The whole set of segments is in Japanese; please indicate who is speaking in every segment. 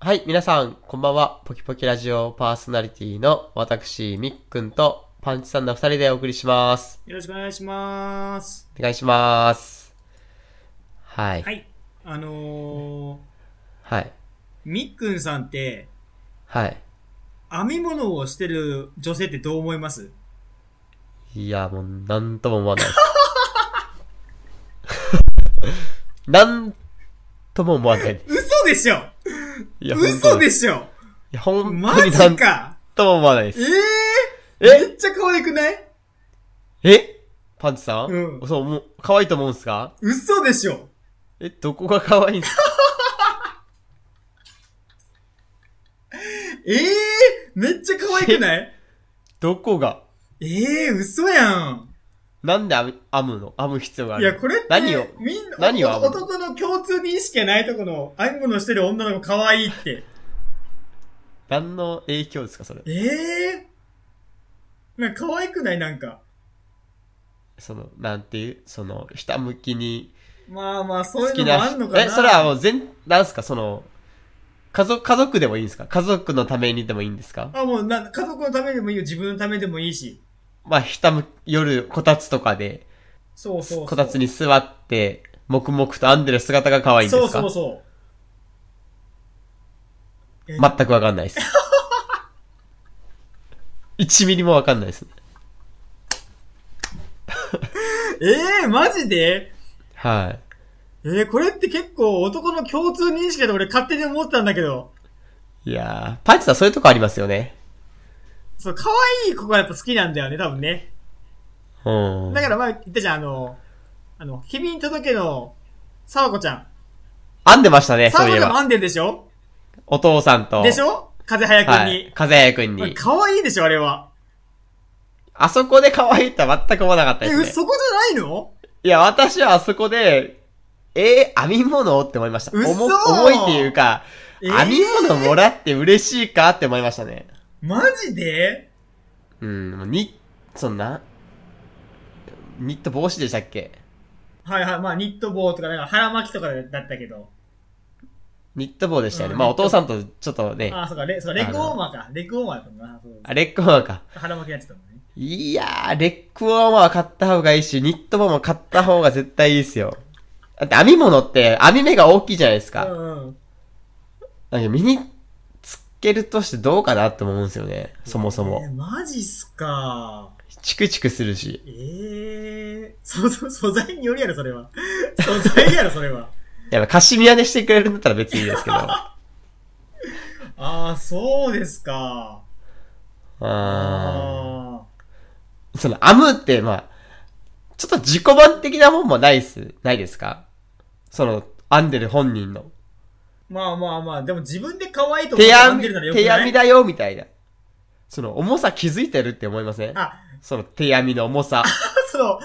Speaker 1: はい、皆さん、こんばんは。ポキポキラジオパーソナリティの私、みっくんとパンチさんの二人でお送りします。
Speaker 2: よろしくお願いします。
Speaker 1: お願いします。はい。は。
Speaker 2: はいい。あのー、
Speaker 1: はい。
Speaker 2: みっくんさんって、編み物をしてる女性ってどう思います
Speaker 1: い、や、もう、なんとも思わないです。 なんとも思わない。
Speaker 2: 嘘でしょ
Speaker 1: いや、
Speaker 2: 嘘で
Speaker 1: し
Speaker 2: しょ
Speaker 1: いや、本
Speaker 2: マ
Speaker 1: 当に
Speaker 2: ジ
Speaker 1: なんと
Speaker 2: か
Speaker 1: も思わないで
Speaker 2: え
Speaker 1: す。
Speaker 2: ー、め
Speaker 1: え
Speaker 2: っちゃ可愛くない
Speaker 1: えパンチさん
Speaker 2: うん
Speaker 1: そう、もう、可愛いと思うんすか
Speaker 2: 嘘でしょ
Speaker 1: え、どこが可愛いんすか
Speaker 2: えー、めっちゃ可愛く ない
Speaker 1: どこが
Speaker 2: えー、嘘やん。
Speaker 1: なんで編む編むの編む必要があ
Speaker 2: い
Speaker 1: るの
Speaker 2: や、これって、
Speaker 1: 何を
Speaker 2: みんな、
Speaker 1: 何を編むの
Speaker 2: 男の共通認識がないとこの編み物してる女の子可愛いって。
Speaker 1: 何の影響ですか、それ。
Speaker 2: ええー、なんか可愛くないなんか。
Speaker 1: その、なんていう、その、ひたむきに、
Speaker 2: まあまあ、そう
Speaker 1: 好
Speaker 2: いう
Speaker 1: き
Speaker 2: のもあ
Speaker 1: なん
Speaker 2: の
Speaker 1: 人
Speaker 2: かな。
Speaker 1: え、それはもう全、なんすか、その、家族、家族でもいいんですか家族のためにでもいいんですか
Speaker 2: あ、もうな、家族のためでもいいよ、自分のためでもいいし。
Speaker 1: まあ、ひたむき、夜、こたつとかで、
Speaker 2: そうそうそう。
Speaker 1: こたつに座って、黙々と編んでる姿が可愛いんですか
Speaker 2: そうそうそう。え
Speaker 1: 全くわかんないです。1ミリもわかんないですね。
Speaker 2: えー、マジで
Speaker 1: はい。
Speaker 2: えー、これって結構男の共通認識だと俺勝手に思ってたんだけど。
Speaker 1: いやー、パンチさんそういうとこありますよね。
Speaker 2: そう、可愛い子がやっぱ好きなんだよね、多分ね。
Speaker 1: うん。
Speaker 2: だから前言ったじゃん、あの、あの、君に届けの、さわこちゃん。
Speaker 1: 編んでましたね、
Speaker 2: さ
Speaker 1: そ
Speaker 2: わ
Speaker 1: うい
Speaker 2: こ
Speaker 1: え
Speaker 2: ちゃんも
Speaker 1: ば。
Speaker 2: 編んでるでしょ
Speaker 1: お父さんと。
Speaker 2: でしょ風早くん
Speaker 1: は
Speaker 2: に
Speaker 1: い。。風谷くん
Speaker 2: まあ
Speaker 1: に。
Speaker 2: 可愛いでしょ、あれは。
Speaker 1: あそこで可愛いとは全く思わなかった
Speaker 2: え、
Speaker 1: ですね。
Speaker 2: そこじゃないの
Speaker 1: いや、私はあそこで、えー、編み物って思いました。
Speaker 2: 嘘
Speaker 1: 重重いっていうか、
Speaker 2: えー
Speaker 1: 編み物もらって嬉しいかって思いましたね。
Speaker 2: マジで
Speaker 1: うん、もうに、そんな、ニット帽子でしたっけ
Speaker 2: はいはい、まあ、ニット帽とか、なんか腹巻きとかだったけど。
Speaker 1: ニット帽でしたよね。
Speaker 2: うん
Speaker 1: まあ、お父さんとちょっとね、
Speaker 2: ああ、そうか、レそうかレッグウォーマーか。レッグウォーマーだったもんな。そうそう
Speaker 1: あレッグウォーマーか。
Speaker 2: 腹巻きやってたもんね。
Speaker 1: いやー、レッグウォーマーは買った方がいいし、ニット帽も買った方が絶対いいですよ。だって編み物って編み目が大きいじゃないですか。
Speaker 2: うんうん。
Speaker 1: なんか身につけるとしてどうかなって思うんですよね。そもそ
Speaker 2: え
Speaker 1: も。
Speaker 2: ーマジっすか。
Speaker 1: チクチクするし。
Speaker 2: ええー。そう そう、素材によるやろ、それは。 素材やろ、それは。
Speaker 1: やっぱカシミヤでしてくれるんだったら別にいいです けど。あ
Speaker 2: ああ、そうですか。
Speaker 1: ー
Speaker 2: ああ。
Speaker 1: その編むって、まあ、ちょっと自己版的なもんもないっす、ないですかその、編んでる本人の。
Speaker 2: まあまあまあ、でも自分で可愛いと思っ
Speaker 1: 手
Speaker 2: て編
Speaker 1: 編
Speaker 2: ん
Speaker 1: み、
Speaker 2: でるならよ
Speaker 1: 手
Speaker 2: くない
Speaker 1: 編みだよ、みたいな。その、重さ気づいてるって思いません
Speaker 2: あ、
Speaker 1: その手編みの重さ。
Speaker 2: その、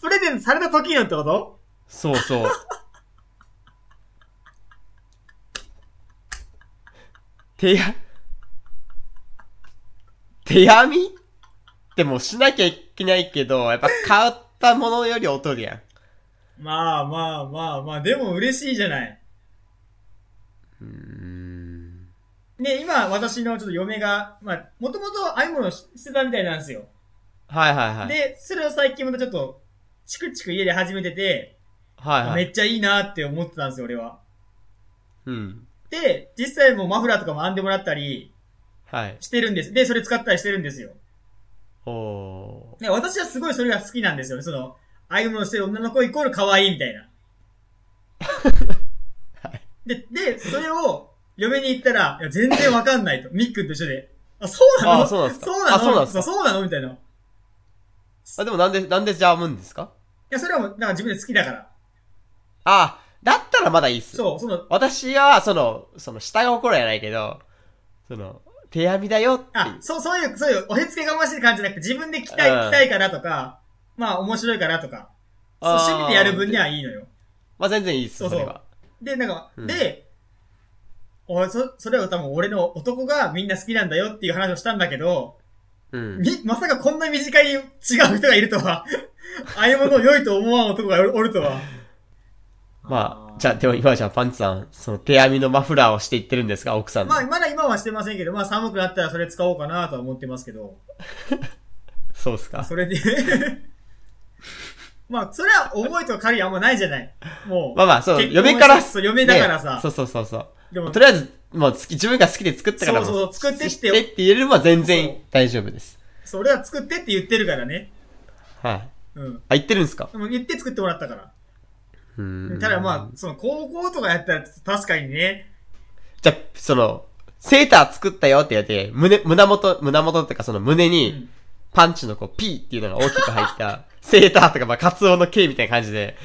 Speaker 2: プレゼントされた時のってこと
Speaker 1: そうそう。 手や、手編みでもしなきゃいけないけど、やっぱ買ったものより劣るやん。
Speaker 2: まあまあまあまあ、でも嬉しいじゃない。
Speaker 1: うん。
Speaker 2: ね、今、私のちょっと嫁が、まあ、もともと編み物してたみたいなんですよ。
Speaker 1: はいはいはい。
Speaker 2: で、それを最近またちょっと、チクチク家で始めてて、
Speaker 1: はいは
Speaker 2: め
Speaker 1: い。
Speaker 2: っちゃいいなって思ってたんですよ、俺は。
Speaker 1: うん。
Speaker 2: で、実際もうマフラーとかも編んでもらったり
Speaker 1: はい。
Speaker 2: してるんです。で、それ使ったりしてるんですよ。
Speaker 1: お
Speaker 2: ね、私はすごいそれが好きなんですよね。その、編み物してる女の子イコール可愛いみた いな。で、で、それを、嫁に言ったら、いや、全然わかんないと。みっくんと一緒で。あ、そうなの
Speaker 1: あそうなんすか
Speaker 2: そうなの
Speaker 1: あそうなんすか
Speaker 2: そうなのみたいな。い
Speaker 1: ー。あ、でもなんで、なんでじゃあ編むんですか
Speaker 2: や、それはもう、なんか自分で好きだから。
Speaker 1: ああ、だったらまだいいっす。
Speaker 2: そう、その、
Speaker 1: 私は、その、その、下が怒るやないけど、その、手編みだよっていう
Speaker 2: あ、そう、そういう、そういう、おへつけがましい感じじゃなくて、自分で着たい、
Speaker 1: うん
Speaker 2: 着たいからとか、まあ、面白いからとか、そう、
Speaker 1: あー
Speaker 2: 趣味でやる分にはいいのよ。
Speaker 1: まあ全然いいっす、
Speaker 2: そう
Speaker 1: そ
Speaker 2: そう
Speaker 1: れは。
Speaker 2: で、なんか、
Speaker 1: うん
Speaker 2: で、俺、そ、それを多分俺の男がみんな好きなんだよっていう話をしたんだけど、
Speaker 1: うん。
Speaker 2: み、まさかこんな身近に違う 人がいるとは、ああいうものを良いと思わん男がおるおるとは。
Speaker 1: まあ、じゃあ、でも今じゃあパンツさん、その手編みのマフラーをしていってるんですか、奥さんの。
Speaker 2: まあ、まだ今はしてませんけど、まあ寒くなったらそれ使おうかなとは思ってますけど、
Speaker 1: そうっすか。
Speaker 2: それで、まあ、それは覚えとかりあんまないじゃない。もう。
Speaker 1: まあまあ、そう、
Speaker 2: 結婚し
Speaker 1: 嫁から、
Speaker 2: そう、嫁だからさ
Speaker 1: ねそうそうそうそう。
Speaker 2: でも
Speaker 1: と、りあえず、もう好き、自分が好きで作ったからも
Speaker 2: そうそうそう作ってって
Speaker 1: 知ってって言えるのは全然
Speaker 2: そう
Speaker 1: 大丈夫です。
Speaker 2: それは作ってって言ってるからね。
Speaker 1: はい。
Speaker 2: うん。
Speaker 1: あ、言ってるんですか
Speaker 2: でも言って作ってもらったから。
Speaker 1: うーん。
Speaker 2: ただまあ、その高校とかやったら確かにね、
Speaker 1: じゃあ、その、セーター作ったよってやって、胸、胸元、胸元っていうかその胸
Speaker 2: う
Speaker 1: に
Speaker 2: ん、
Speaker 1: パンチのこう、P っていうのが大きく入った、セーターとか、まあ、カツオの K みたいな感じで、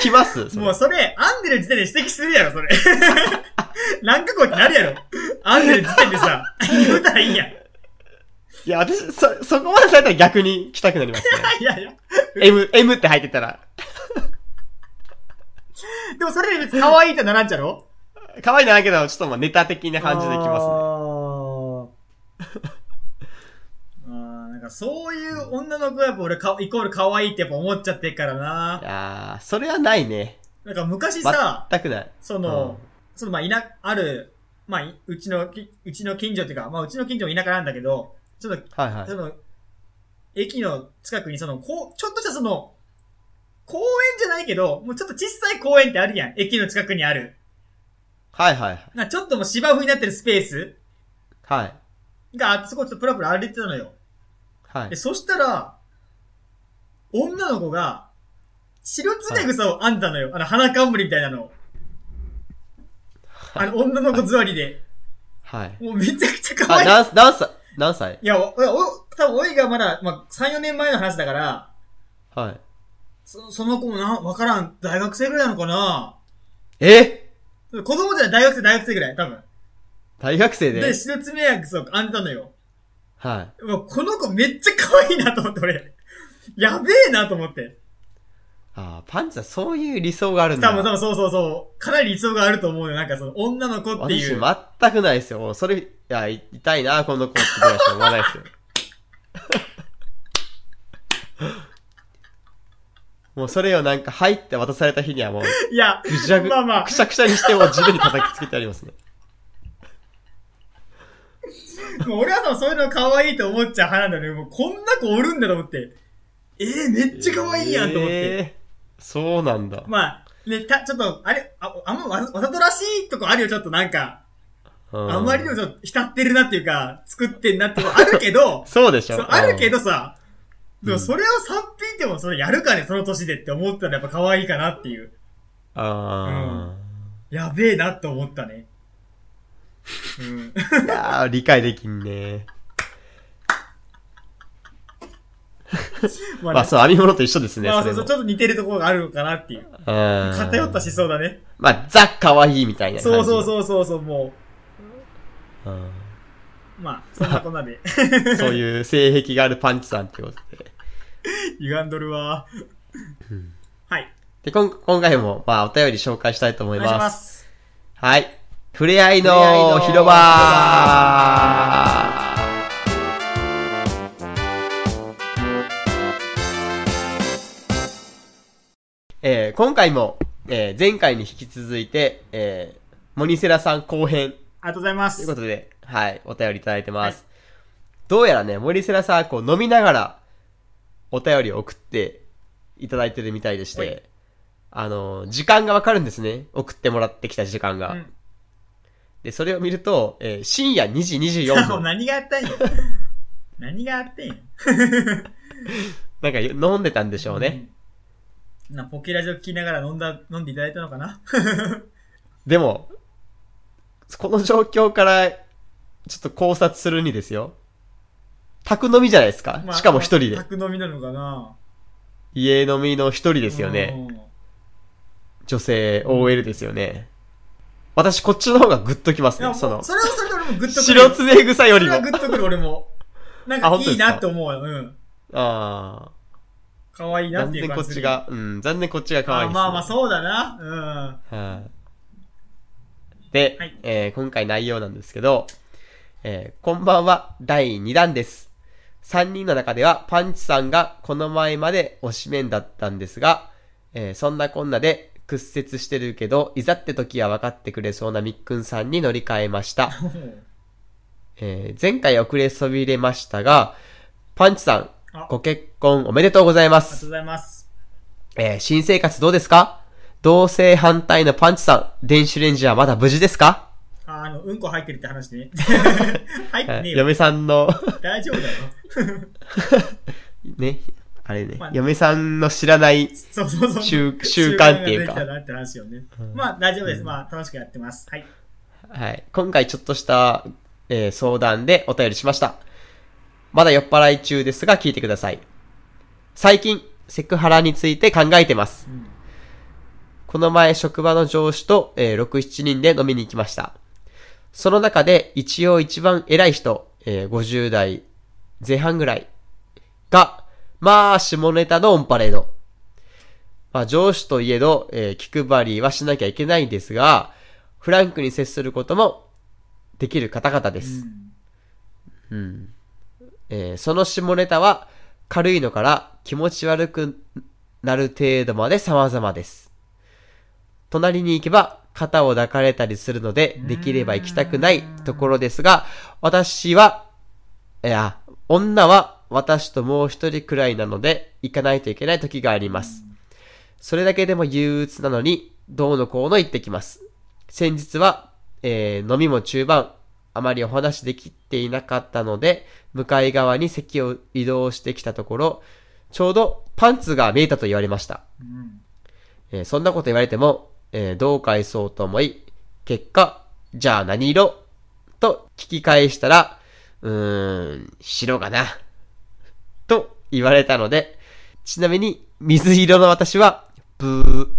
Speaker 1: 来ますそれ
Speaker 2: もうそれ、編んでる時点で指摘するやろ、それ。 なんかこうってなるやろ。編んでる時点でさ、 言うたらいいやん。い
Speaker 1: いや、私、そ、そこまでされたら逆に来たくなりますね。
Speaker 2: やいや。
Speaker 1: M、M って入ってたら、
Speaker 2: でもそれで別に可愛いとならんちゃろ
Speaker 1: 可愛いなけど、ちょっとまあネタ的な感じで来ますね。。
Speaker 2: あー あーなんかそういう女の子はやっぱ俺か、イコール可愛いってやっぱ思っちゃってっからない
Speaker 1: やー、それはないね。
Speaker 2: なんか昔さ、
Speaker 1: 全くない。
Speaker 2: その、そのまあ、いな、ある、まあ、いうちのき、うちの近所っていうか、まあ、うちの近所も田舎なんだけど、ちょっと、
Speaker 1: はいはい
Speaker 2: そ。の、駅の近くにその、こう、ちょっとしたその、公園じゃないけど、もうちょっと小さい公園ってあるやん。駅の近くにある。
Speaker 1: はいはいはい。
Speaker 2: なんかちょっともう芝生になってるスペース
Speaker 1: はい。
Speaker 2: があって、そこちょっとプラプラ歩いてたのよ。
Speaker 1: はい
Speaker 2: で、。そしたら、女の子が、白つね草を編んだのよ。あの、花冠みたいなのを。あの、女の子座りで。
Speaker 1: はい。
Speaker 2: もうめちゃくちゃ可
Speaker 1: あ、
Speaker 2: 愛い。
Speaker 1: 何す、何歳何歳
Speaker 2: いや、お、お、多分おいがまだ、まあ、3、4年前の話だから、
Speaker 1: はい。
Speaker 2: そその子もな、わからん、大学生ぐらいなのかな
Speaker 1: え
Speaker 2: 子供じゃない、大学生、大学生ぐらい、多分。
Speaker 1: 大学生で
Speaker 2: で、白爪やくそ編んだのよ。
Speaker 1: は
Speaker 2: うわこの子めっちゃ可愛いなと思って、俺。やべえなと思って。
Speaker 1: い。あーパンツはそういう理想があるんだ。
Speaker 2: 多分、多分、そうそうそう。かなり理想があると思うよ。なんかその、女の子ってい
Speaker 1: 私
Speaker 2: う。
Speaker 1: 全くないですよ。それ、いや、い痛いな、この子ってぐらいしか思わないですよ。 もうそれをなんか入って渡された日にはもう、
Speaker 2: いや、
Speaker 1: ぐしゃぐ、
Speaker 2: まあまあ
Speaker 1: くしゃくしゃにしてもう地面に叩きつけてありますね。
Speaker 2: もう俺は多分そういうの可愛いと思っちゃう派なんだよね。もうこんな子おるんだと思って。ええめっちゃ可愛いやんと思って。
Speaker 1: えーそうなんだ。
Speaker 2: まあ、ね、た、ちょっと、あれ、あ、あんまわざわざとらしいとこあるよ、ちょっとなんか。
Speaker 1: うん、
Speaker 2: あんまりにもちょっと浸ってるなっていうか、作ってんなってことあるけど
Speaker 1: そうでしょ
Speaker 2: そうあるけ
Speaker 1: ど。
Speaker 2: どさ、でもそれを三品でもそれやるかね、その年でって思ったらやっぱ可愛いかなっていう。
Speaker 1: あ
Speaker 2: やべえなって思ったね。うん。
Speaker 1: ーいやー理解できんね。
Speaker 2: まあ、
Speaker 1: まあ、そう、編み物と一緒ですね、
Speaker 2: まあ
Speaker 1: それ
Speaker 2: そうそ
Speaker 1: も
Speaker 2: う、ち。ょっと似てるところがあるのかなっていう。
Speaker 1: 偏
Speaker 2: 偏った思想だね。
Speaker 1: まあ、ザ・かわいいみたいな感じ。
Speaker 2: そうそうそうそうそう、も
Speaker 1: うん。
Speaker 2: う。まあ、そんなこんなで。
Speaker 1: そういう性癖があるパンチさんってことで。
Speaker 2: 歪んどるわ。はい。
Speaker 1: で、こん今回も、まあ、お便り紹介したいと思
Speaker 2: お
Speaker 1: い
Speaker 2: 願いし
Speaker 1: ま。
Speaker 2: ますす。
Speaker 1: はい。ふれあい
Speaker 2: ふれあい
Speaker 1: の
Speaker 2: の
Speaker 1: 広場えー今回も、えー前回に引き続いて、えーモニセラさん後編
Speaker 2: ありがとうございま
Speaker 1: とい
Speaker 2: す
Speaker 1: うこ。とで、はい、お便りいただいてます。どうやらね、森セラさん、こう飲みながら、お便りを送っていただいてるみたいでし
Speaker 2: ほい
Speaker 1: て、あの、時間がわかるんですね。送ってもらってきた時間が。
Speaker 2: うん
Speaker 1: で、それを見ると、えー深夜2時 24
Speaker 2: もう
Speaker 1: 分。
Speaker 2: 何があったんや。何があってんや。
Speaker 1: なんか飲んでたんでしょうね。
Speaker 2: うん。な、ポケラジオ聞きながら飲んだ、飲んでいただいたの かな
Speaker 1: でも、この状況から、ちょっと考察するにですよ。宅飲みじゃないですか。
Speaker 2: まあ
Speaker 1: しかも一人で。
Speaker 2: 宅飲みなのかな
Speaker 1: 家飲みの一人ですよね。
Speaker 2: うん
Speaker 1: 女性 OL ですよね。私、こっちの方がグッときます
Speaker 2: いや、も
Speaker 1: ね、
Speaker 2: う
Speaker 1: その
Speaker 2: そ。れはそれで俺もグッとくる。
Speaker 1: 白爪草より
Speaker 2: それは
Speaker 1: も。
Speaker 2: グッとくる俺も。なん
Speaker 1: あ
Speaker 2: か
Speaker 1: 本当
Speaker 2: い
Speaker 1: で
Speaker 2: い
Speaker 1: すか
Speaker 2: なって思うよ。うん。
Speaker 1: ああ。
Speaker 2: 可愛いなっ
Speaker 1: 残
Speaker 2: ていう
Speaker 1: 念
Speaker 2: 感
Speaker 1: こ
Speaker 2: じ
Speaker 1: っ
Speaker 2: す
Speaker 1: ち
Speaker 2: る。
Speaker 1: が、うん、残念こっちが可愛い
Speaker 2: あ
Speaker 1: です、ね。
Speaker 2: まあまあ、そうだな。
Speaker 1: はい。で、
Speaker 2: はい
Speaker 1: えー今回内容なんですけど、えーこんばんは、第2弾です。3人の中では、パンチさんがこの前まで推しメンだったんですが、えーそんなこんなで屈折してるけど、いざって時は分かってくれそうなみっくんさんに乗り換えました。えー前回遅れそびれましたが、パンチさん
Speaker 2: あ、
Speaker 1: ご結婚おめでとうございま
Speaker 2: ありがとう
Speaker 1: す。
Speaker 2: ございます。
Speaker 1: えー新生活どうですか同性反対のパンチさん、電子レンジはまだ無事ですか、
Speaker 2: ああの、うんこ入ってるって話 ね。入って
Speaker 1: え
Speaker 2: ね
Speaker 1: ー
Speaker 2: えよ。
Speaker 1: 嫁さんの、
Speaker 2: 大丈夫だよ。
Speaker 1: ね、あれね
Speaker 2: まあ、
Speaker 1: 嫁さんの知らない、
Speaker 2: そうそうそう。
Speaker 1: 習習慣っていうか
Speaker 2: 習慣ができたなって話よね。まあ、大丈夫です。まあ、楽しくやってます。はい。
Speaker 1: はい、今回ちょっとした、えー相談でお便りしました。まだ酔っ払い中ですが聞いてください。最近、セクハラについて考えてます。
Speaker 2: うん
Speaker 1: この前職場の上司と、えー6、7人で飲みに行きました。その中で一応一番偉い人、えー50代前半ぐらいが、まあ、下ネタのオンパレード。まあ、上司といえど、えー気配りはしなきゃいけないんですが、フランクに接することもできる方々で
Speaker 2: う
Speaker 1: す。
Speaker 2: ん
Speaker 1: うんえーその下ネタは軽いのから気持ち悪くなる程度まで様々です。隣に行けば肩を抱かれたりするのでできれば行きたくないところですが、私は、いや、女は私ともう一人くらいなので行かないといけない時があります。それだけでも憂鬱なのに、どうのこうの言ってきます。先日は、えー飲みも中盤、あまりお話できていなかったので、向かい側に席を移動してきたところ、ちょうどパンツが見えたと言われました。
Speaker 2: うん
Speaker 1: えーそんなこと言われても、えーどう返そうと思い、結果、じゃあ何色と聞き返したら、うーん、白かな。と言われたので、ちなみに水色の私は、ブ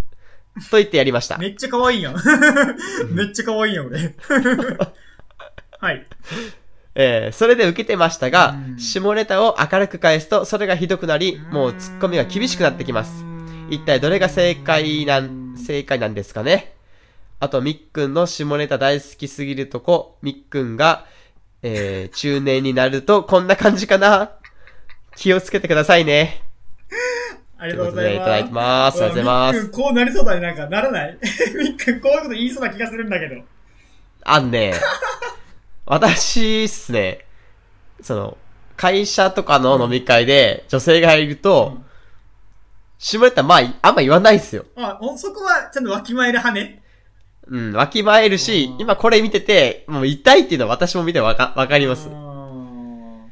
Speaker 1: ー、と言ってやりました。
Speaker 2: めっちゃ可愛いやん。めっちゃ可愛いやん、俺。 はい。
Speaker 1: えーそれで受けてましたが
Speaker 2: う、ん
Speaker 1: 下ネタを明るく返すと、それがひどくなり、もうツッコミが厳しくなってきます。一体どれが正解なん、正解なんですかねあと、みっくんの下ネタ大好きすぎるとこ、みっくんが、えー中年になるとこんな感じかな気をつけてくださいね。
Speaker 2: ありがとうございます。
Speaker 1: ということでいただいてますありがとうございます
Speaker 2: みっくんこうなりそうだね、なんか。ならない みっくんこういうこと言いそうな気がするんだけど。
Speaker 1: あん ね、私っすね、その、会社とかの飲み会で女性がいると、
Speaker 2: うん
Speaker 1: 下ネタまあ、あんま言わないっすよ。
Speaker 2: あ、ほんそこはちゃんとわきまえる羽ね。
Speaker 1: うん、わきまえるし
Speaker 2: う、ん
Speaker 1: 今これ見てて、もう痛いっていうのは私も見てわか、わかります
Speaker 2: う。ん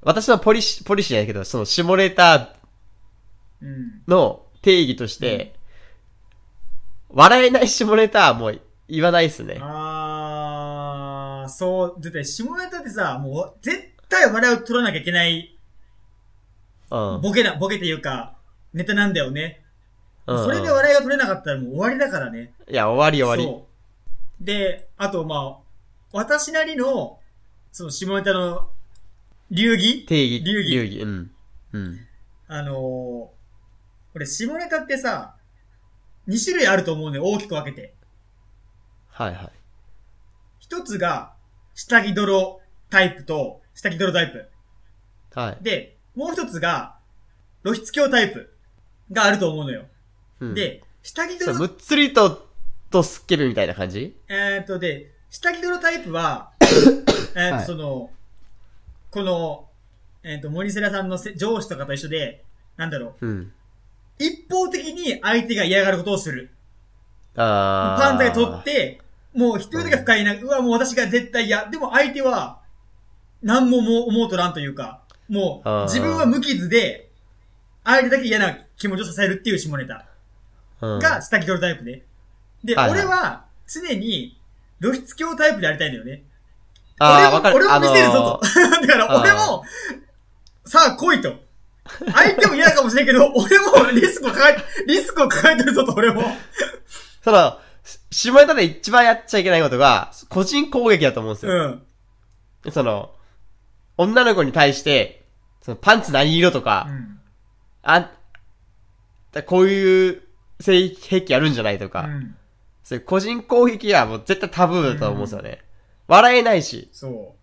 Speaker 1: 私のポリシ、ポリシーじゃないけど、その下ネタ
Speaker 2: うん。
Speaker 1: の定義として、笑えない下ネタはもう言わないですね。
Speaker 2: あー、そう、絶対下ネタってさ、もう絶対笑いを取らなきゃいけない、
Speaker 1: うん。
Speaker 2: ボケな、ボケっていうか、ネタなんだよね。
Speaker 1: うん
Speaker 2: それで笑いが取れなかったらもう終わりだからね。
Speaker 1: いや、終わり終わ
Speaker 2: そう。で、あと、まあ、私なりの、その、下ネタの、流
Speaker 1: り。
Speaker 2: 儀
Speaker 1: 定義。
Speaker 2: 流儀
Speaker 1: 流儀。うん。うん。
Speaker 2: あのー、これ、下ネタってさ、2種類あると思うね、大きく分けて。
Speaker 1: はいはい。
Speaker 2: 一つが、下着泥タイプと、下着泥タイプ。
Speaker 1: はい。
Speaker 2: で、もう一つが、露出狂タイプがあると思うのよ。
Speaker 1: うん、
Speaker 2: で、下着
Speaker 1: そう
Speaker 2: 泥
Speaker 1: むっつりと、とすっけるみたいな感じ
Speaker 2: えーっと、で、下着泥タイプは、 えーっ
Speaker 1: は
Speaker 2: と、
Speaker 1: い
Speaker 2: その、この、えーっと、森セラさんのせ上司とかと一緒で、なんだろ
Speaker 1: うん。
Speaker 2: う、一方的に相手が嫌がることをする。
Speaker 1: あー。
Speaker 2: パンツが取って、もう一人だけ不快な、うわ、もう私が絶対嫌。でも相手は、何ももう思うとらんというか、もう
Speaker 1: あー、
Speaker 2: 自分は無傷で、相手だけ嫌な気持ちをさせるっていう下ネタ。
Speaker 1: うん、
Speaker 2: が下着取るタイプね。で、
Speaker 1: はいはい
Speaker 2: 俺は常に露出狂タイプでありたいんだよね。
Speaker 1: あー、わ
Speaker 2: 俺
Speaker 1: か
Speaker 2: も、
Speaker 1: る。
Speaker 2: 俺も見せるぞ
Speaker 1: あのー
Speaker 2: と。 だから俺も、さあ来いと。相手も嫌かもしれんけ ど、俺もリスクを抱え、リスクを抱えてるぞと、俺も。
Speaker 1: その、し下ネタで一番やっちゃいけないことが、個人攻撃だと思うんです
Speaker 2: う
Speaker 1: よ。
Speaker 2: ん。
Speaker 1: その、女の子に対して、そのパンツ何色とか、
Speaker 2: うん。
Speaker 1: あ、だこういう性癖あるんじゃないと
Speaker 2: う
Speaker 1: か、
Speaker 2: ん。
Speaker 1: そういう個人攻撃はもう絶対タブーだと思うんですよね。笑えないし、
Speaker 2: そ。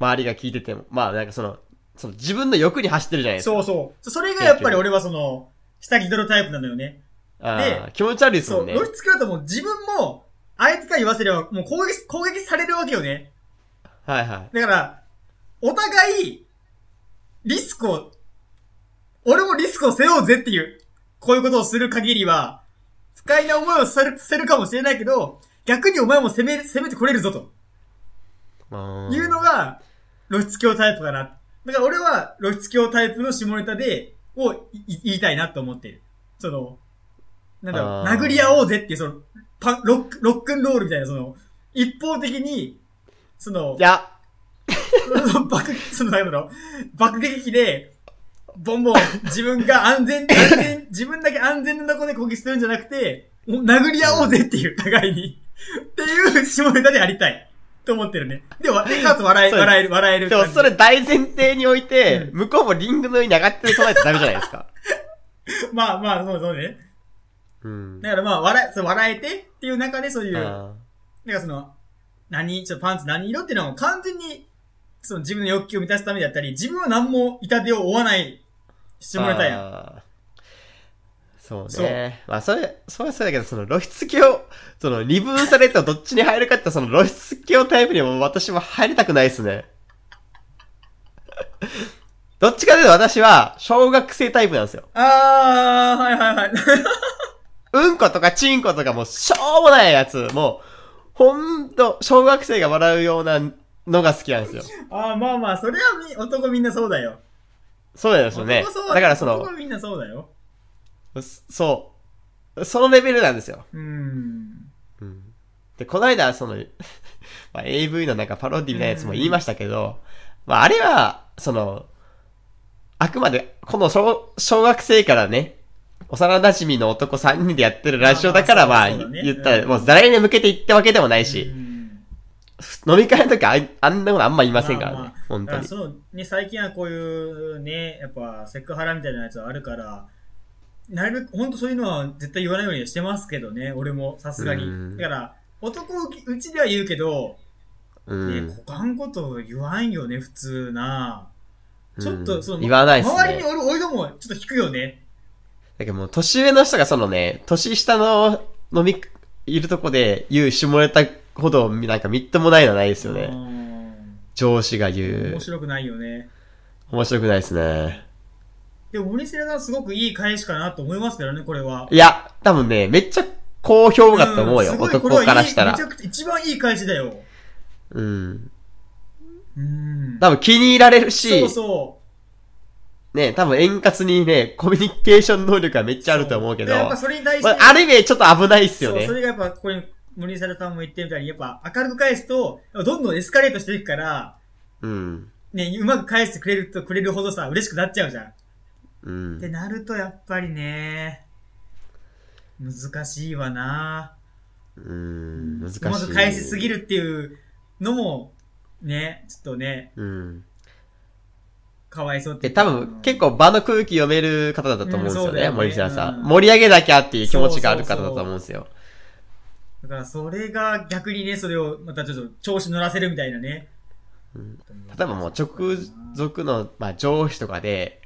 Speaker 1: 周りが聞いてても。まあなんかその、その自分の欲に走ってるじゃないうですか。
Speaker 2: そうそう。それがやっぱり俺はその、下着泥タイプなのよね。
Speaker 1: ああ、気持ち悪いです
Speaker 2: そ
Speaker 1: も
Speaker 2: う、
Speaker 1: んね
Speaker 2: 露。出狂だともう自分も、相手から言わせれば、もう攻撃、攻撃されるわけよね。
Speaker 1: はいはい。
Speaker 2: だから、お互い、リスクを、俺もリスクを背負うぜっていう、こういうことをする限りは、不快な思いをされ、させるかもしれないけど、逆にお前も攻め、攻めてこれるぞと。
Speaker 1: うん
Speaker 2: いうのが、露出狂タイプかな。だから俺は露出狂タイプの下ネタで、をいい言いたいなと思ってる。その、なんだろう、
Speaker 1: あー
Speaker 2: 殴り合おうぜっていう、その、パロック、ロックンロールみたいな、その、一方的に、その
Speaker 1: い、や、
Speaker 2: その爆、その、なんだろう、爆撃機で、ボンボン、自分が安全、安全、自分だけ安全なとこで攻撃するんじゃなくて、もう殴り合おうぜっていう、互いに。っていう下ネタでありたい。と思ってるね。で、わでかつ笑え、
Speaker 1: そう
Speaker 2: 笑える、笑える
Speaker 1: で
Speaker 2: 感
Speaker 1: も
Speaker 2: じ。
Speaker 1: それ大前提において、
Speaker 2: う
Speaker 1: 向こうもリングの上に上がってこないとダメじゃないです か。
Speaker 2: まあまあ、そうそうね。
Speaker 1: うん。
Speaker 2: だからまあ、笑え、そう、笑えてっていう中でそういう、なん
Speaker 1: あ
Speaker 2: かその、何、ちょっとパンツ何色っていうのはもう完全に、その自分の欲求を満たすためだったり、自分は何も痛手を負わない下ネタやん。
Speaker 1: あーそうね。まあ、それ、それはそうだけど、その露出狂、その二分されたどっちに入るかって、その露出狂タイプにも私も入りたくないです ね。どっちかというと私は、小学生タイプなんですよ。
Speaker 2: あー、はいはいはい。
Speaker 1: うんことかちんことかもうしょうもないやつ、もう、ほんと、小学生が笑うようなのが好きなんですよ。
Speaker 2: あー、まあまあ、それはみ男みんなそうだよ。
Speaker 1: そうなんですよね
Speaker 2: 男。そう
Speaker 1: だからその
Speaker 2: 男、みんなそうだよ。
Speaker 1: そう。そのレベルなんですよ。
Speaker 2: うーん。
Speaker 1: うんで、この間、その、 まあ、AV のなんかパロディみたいなやつも言いましたけど、まあ、あれは、その、あくまで、この小小学生からね、幼馴染の男3人でやってるラジオだから、
Speaker 2: ま
Speaker 1: ま
Speaker 2: あ
Speaker 1: あ、
Speaker 2: まあそうだね
Speaker 1: 言ったら、もう誰に向けて言ったわけでもないうし、
Speaker 2: ん
Speaker 1: 飲み会の時あいあんなものあんま言いませんからね、
Speaker 2: まあまあ
Speaker 1: 本当
Speaker 2: だから
Speaker 1: に。
Speaker 2: そう、ね、最近はこういうね、やっぱセクハラみたいなやつはあるから、なるべく、本当そういうのは絶対言わないようにしてますけどね、俺も、さすが
Speaker 1: う
Speaker 2: に。
Speaker 1: ん
Speaker 2: だから、男うきうちでは言うけど、
Speaker 1: う
Speaker 2: ね、
Speaker 1: ん。
Speaker 2: 股間こと言わんよね、普通な。ちょっと、その、
Speaker 1: 言わないですね。
Speaker 2: 周りに俺、俺どもちょっと引くよね。
Speaker 1: だけどもう年上の人がそのね、年下の飲み、いるとこで言う下ネタほど、なんかみっともないのはないですよ
Speaker 2: う
Speaker 1: ね。
Speaker 2: ん
Speaker 1: 上司が言う
Speaker 2: 面。白くないよね。
Speaker 1: 面白くないですね。
Speaker 2: でも、森瀬さんすごくいい返しかなと思いますけどね、これは。
Speaker 1: いや、多分ね、めっちゃ好評だと思うよ、
Speaker 2: んすごい
Speaker 1: 男
Speaker 2: これはいい
Speaker 1: からしたら
Speaker 2: めち。ゃくちゃ一番いい返しだよ。
Speaker 1: うん。
Speaker 2: うん。
Speaker 1: 多分気に入られるし、
Speaker 2: そうそ
Speaker 1: ね、多分円滑にね、コミュニケーション能力がめっ
Speaker 2: う。
Speaker 1: ちゃあると思うけど、
Speaker 2: やっぱそれに対して、
Speaker 1: まあ、ある意味ちょっと危ないっすよ
Speaker 2: そう、
Speaker 1: ね
Speaker 2: そ。れがやっぱ、ここに森瀬さんも言ってるみたいに、やっぱ明るく返すと、どんどんエスカレートしていくから、
Speaker 1: うん。
Speaker 2: ね、うまく返してくれると、くれるほどさ、嬉しくなっちゃうじゃん。
Speaker 1: う
Speaker 2: っ
Speaker 1: ん
Speaker 2: て。なると、やっぱりね、難しいわな
Speaker 1: うん。難しい。
Speaker 2: うまく返しすぎるっていうのも、ね、ちょっとね、
Speaker 1: うん。
Speaker 2: かわいそうってい
Speaker 1: で、
Speaker 2: うか。
Speaker 1: 多分、結構場の空気読める方だったと思うんです
Speaker 2: うんそ
Speaker 1: よ
Speaker 2: うだ
Speaker 1: ね、
Speaker 2: よね
Speaker 1: 森下さん。
Speaker 2: うん
Speaker 1: 盛り上げなきゃっていう気持ちがある方だと思うんですよ。
Speaker 2: だから、それが逆にね、それをまたちょっと調子乗らせるみたいなね。
Speaker 1: 例えばもう直属の、まあ、上司とかで、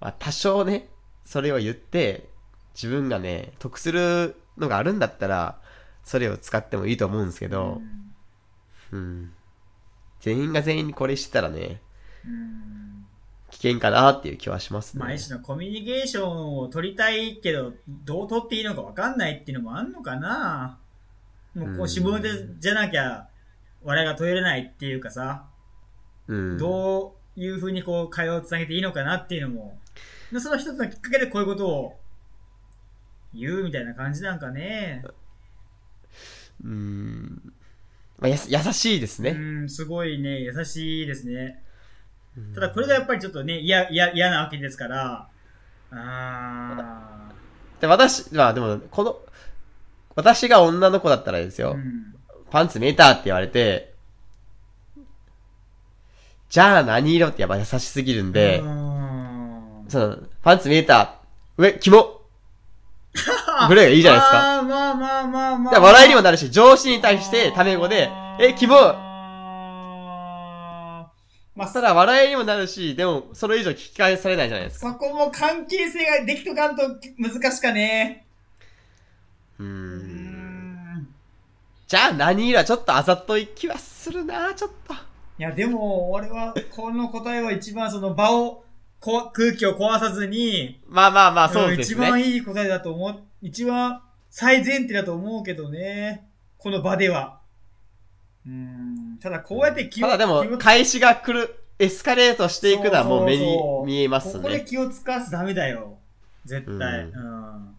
Speaker 1: まあ、多少ね、それを言って、自分がね、得するのがあるんだったら、それを使ってもいいと思うんですけ
Speaker 2: う
Speaker 1: ど、
Speaker 2: ん
Speaker 1: うん。全員が全員これしてたらね、
Speaker 2: うん
Speaker 1: 危険かなっていう気はします
Speaker 2: まあ、
Speaker 1: ね
Speaker 2: 一。種のコミュニケーションを取りたいけど、どう取っていいのかわかんないっていうのもあんのかなもう、こ
Speaker 1: う
Speaker 2: う、
Speaker 1: ん
Speaker 2: 下ネタじゃなきゃ、笑いが取れないっていうかさ、
Speaker 1: うん。
Speaker 2: どういうふうにこう、会話をつなげていいのかなっていうのも、でその一つのきっかけでこういうことを言うみたいな感じなんかね。
Speaker 1: うん。まあ、やす優しいです
Speaker 2: う
Speaker 1: ね。
Speaker 2: ん、すごいね、優しいですね。ただこれがやっぱりちょっとね、嫌、嫌、嫌なわけですから、あ
Speaker 1: で、私、まあでも、この、私が女の子だったらです
Speaker 2: ー。
Speaker 1: よ、
Speaker 2: うん
Speaker 1: パンツ見えたって言われて、じゃあ何色ってやっぱ優しすぎるんで、
Speaker 2: うん
Speaker 1: その、パンツ見えた、上、キモ ぐらいがいいじゃないですか。
Speaker 2: あーまあまあまあまあ。
Speaker 1: で笑いにもなるし、上司に対してタメ語で、え、キモ
Speaker 2: あまあ、
Speaker 1: ただ笑いにもなるし、でも、それ以上聞き返されないじゃないですか。
Speaker 2: そこも関係性ができとかんと難しかね。
Speaker 1: うー
Speaker 2: うー
Speaker 1: ん。
Speaker 2: ん。
Speaker 1: じゃあ何らちょっとあざとい気はするなちょっと。
Speaker 2: いや、でも、俺は、この答えは一番その場を、こ空気を壊さずに、
Speaker 1: まあまあまあ、そうで
Speaker 2: 一
Speaker 1: す
Speaker 2: 番
Speaker 1: ね。
Speaker 2: いい答えだと思う、一番最前提だと思うけどね。この場では。うーん。ただこうやって気
Speaker 1: ただで
Speaker 2: 気
Speaker 1: も、
Speaker 2: を
Speaker 1: 開始が来る、エスカレートしていくのはもう目
Speaker 2: そう
Speaker 1: に
Speaker 2: そうそう
Speaker 1: 見えます
Speaker 2: ここで
Speaker 1: ね。
Speaker 2: 気を使わすダメだよ。絶対。う。
Speaker 1: うん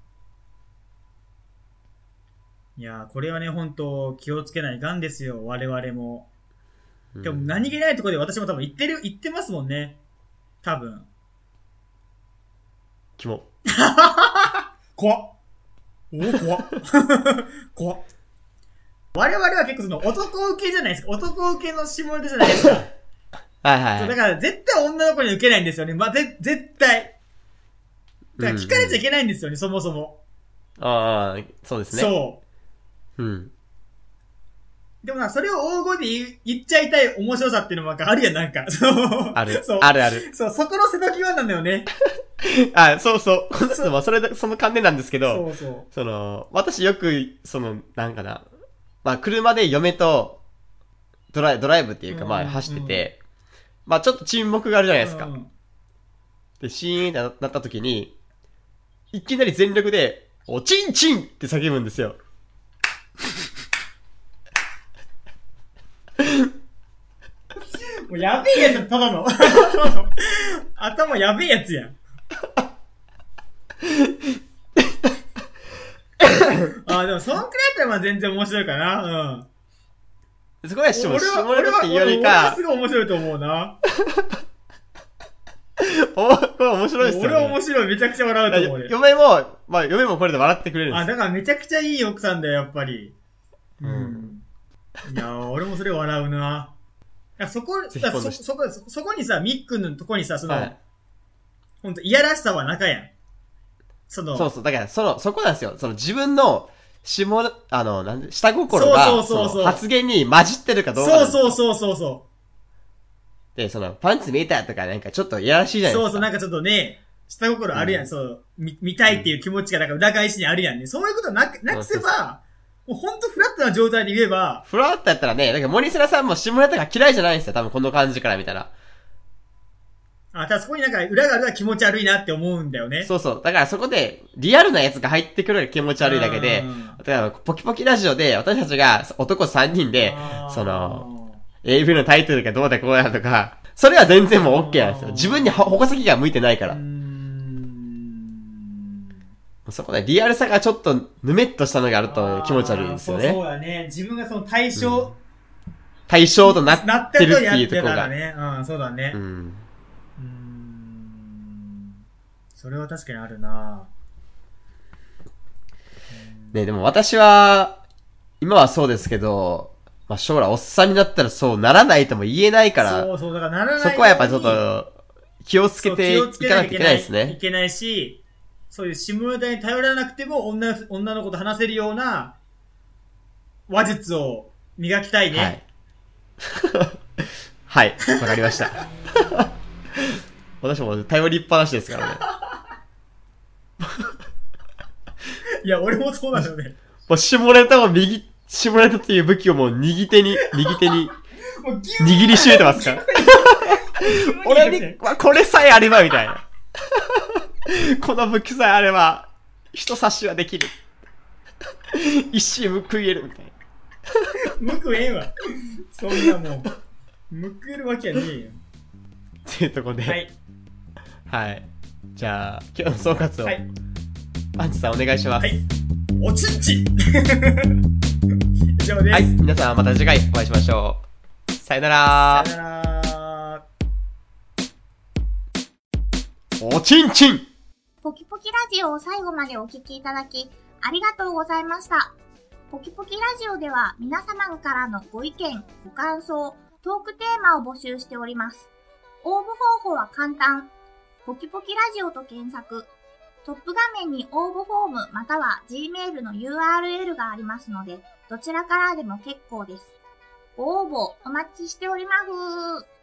Speaker 2: いやー、これはね、本当気をつけないかんですよ。我々も。でも何気ないところで私も多分言ってる、言ってますもんね。多分。
Speaker 1: 気も。
Speaker 2: 怖っ。おお、怖っ。怖っ。我々は結構その男受けじゃないですか。男受けの下ネタじゃないですか。
Speaker 1: はいはい
Speaker 2: そ
Speaker 1: は
Speaker 2: うだ
Speaker 1: い。
Speaker 2: から絶対女の子に受けないんですよね。まあ、ぜ、絶対。だから聞かれちゃいけないんですよね、そもそも。
Speaker 1: ああ、そうですね。
Speaker 2: そう。
Speaker 1: うん。
Speaker 2: でもな、それを大声で言い言っちゃいたい面白さっていうのもなんかあるやん、なんか。そう。
Speaker 1: ある
Speaker 2: そう。。
Speaker 1: あるある。
Speaker 2: そう、そこの瀬戸際なんだよね。
Speaker 1: あ、そうそう。この人はそれ で、その観念なんですけど、
Speaker 2: そうそ
Speaker 1: その、私よく、その、なんかな、まあ、車で嫁と、ドライ、ドライブっていうか、ま
Speaker 2: う
Speaker 1: あ、
Speaker 2: ん
Speaker 1: 走ってて、まあ、ちょっと沈黙があるじゃ
Speaker 2: う。
Speaker 1: ないですか。
Speaker 2: うん
Speaker 1: で、シーンってななった時に、いきなり全力で、おちんちんって叫ぶんですよ。
Speaker 2: もうやべえやつや、ただの。 ただの頭やべえや つやん。あーでも、そんくらいだったらまあ全然面白いかな。うん。
Speaker 1: そこはしも、
Speaker 2: 俺は、
Speaker 1: 下ネタ
Speaker 2: 俺
Speaker 1: っ
Speaker 2: は、
Speaker 1: ていうよ
Speaker 2: 俺
Speaker 1: り
Speaker 2: は
Speaker 1: か
Speaker 2: す、ごい面白いと思うな。
Speaker 1: お、これ面白いですよ、
Speaker 2: 俺
Speaker 1: ね。
Speaker 2: は面白い。めちゃくちゃ笑うと思う
Speaker 1: だ
Speaker 2: 俺
Speaker 1: から嫁も、まあ、嫁もこれで笑ってくれるん
Speaker 2: あ、
Speaker 1: ですよ。
Speaker 2: だからめちゃくちゃいい奥さんだよ、やっぱり。う
Speaker 1: うんん。
Speaker 2: いやー、俺もそれ笑うな。いやそこ、
Speaker 1: ぜひ
Speaker 2: だから
Speaker 1: 今
Speaker 2: そ
Speaker 1: 度
Speaker 2: そこ、そそこにさ、みっくんのとこにさ、その、
Speaker 1: はい
Speaker 2: ほんと、いやらしさは中やん。その、
Speaker 1: そうそう。だから、その、そこなんですよ。その自分の、下、あの、なんで、下心
Speaker 2: そう
Speaker 1: が、
Speaker 2: そうそうそう
Speaker 1: その発言に混じってるかどうかなん
Speaker 2: そ
Speaker 1: で
Speaker 2: う
Speaker 1: す。
Speaker 2: そうそうそうそ
Speaker 1: で、その、パンツ見えたとか、なんかちょっといやらしいじ
Speaker 2: う。
Speaker 1: ゃないで
Speaker 2: そう
Speaker 1: すか。
Speaker 2: そう、なんかちょっとね、下心あるやん、
Speaker 1: うん
Speaker 2: そう、見、見たいっていう気持ちが、なんか裏返しにあるやんね。そういうことなく、なくせば、もうほんとフラットな状態で言えば、
Speaker 1: フラッとやったらね、なんか森瀬良さんも下ネタが嫌いじゃないんですよ。多分この感じから見たら。
Speaker 2: あ、ただそこになんか裏があるから気持ち悪いなって思うんだよね。
Speaker 1: そうそう。だからそこで、リアルなやつが入ってくるのが気持ち悪いだけで
Speaker 2: う、ん
Speaker 1: だから、ポキポキラジオで、私たちが男3人で、その、AV のタイトルがどうだこうだとか、それは全然もう OK なんです
Speaker 2: あー
Speaker 1: よ。自分にほ矛先が向いてないか
Speaker 2: あ
Speaker 1: ら
Speaker 2: ーうー。ん
Speaker 1: そこでリアルさがちょっと、ぬめっとしたのがあると気持ち悪いんですよ
Speaker 2: あーそ
Speaker 1: ね。
Speaker 2: うそうだね。自分がその対象、
Speaker 1: 対象とな
Speaker 2: な
Speaker 1: っ
Speaker 2: ってて
Speaker 1: るっ
Speaker 2: る
Speaker 1: て
Speaker 2: や
Speaker 1: い
Speaker 2: っ
Speaker 1: うと
Speaker 2: て
Speaker 1: ころ
Speaker 2: か
Speaker 1: が
Speaker 2: ら。ね。うん、そうだね。
Speaker 1: う。
Speaker 2: うんーん。それは確かにあるな
Speaker 1: ね、でも私は、今はそうですけど、まあ将来おっさんになったらそうならないとも言えないから、
Speaker 2: そうそう、だからならない
Speaker 1: そこはやっぱちょっ
Speaker 2: ように
Speaker 1: と、気をつけてい
Speaker 2: そう
Speaker 1: か
Speaker 2: 気を
Speaker 1: なき
Speaker 2: つ
Speaker 1: ゃいけないです
Speaker 2: い
Speaker 1: ね。
Speaker 2: けないし、そういう下ネタに頼らなくても女の女の子と話せるような話術を磨きたいね。
Speaker 1: はい。はい、わかりました。私も頼りっぱなしですからね。
Speaker 2: いや、俺もそうなんだ よね。
Speaker 1: もう下ネタを右、下ネタという武器をもう右手に、右手に
Speaker 2: もうギュー
Speaker 1: 握りしめてますから。俺に、まあ、これさえあればみたいな。この武器さえあれば、人差しはできる。一矢報いえるみたいな。
Speaker 2: むくえんわ。そんなもう、むくるわけやねえよ。
Speaker 1: っていうところで、
Speaker 2: は
Speaker 1: はい。
Speaker 2: い。
Speaker 1: じゃあ、今日の総括を、
Speaker 2: はい。
Speaker 1: パンチさんお願いします。
Speaker 2: はい。おちんち ん以上です。
Speaker 1: はい、皆さんまた次回お会いしましょう。さよなら
Speaker 2: さ。よなら。
Speaker 1: おちんちん
Speaker 3: ポキポキラジオを最後までお聞きいただき、ありがとうございました。ポキポキラジオでは皆様からのご意見、ご感想、トークテーマを募集しております。応募方法は簡単。ポキポキラジオと検索。トップ画面に応募フォームまたは Gmail の URL がありますので、どちらからでも結構です。ご応募お待ちしております。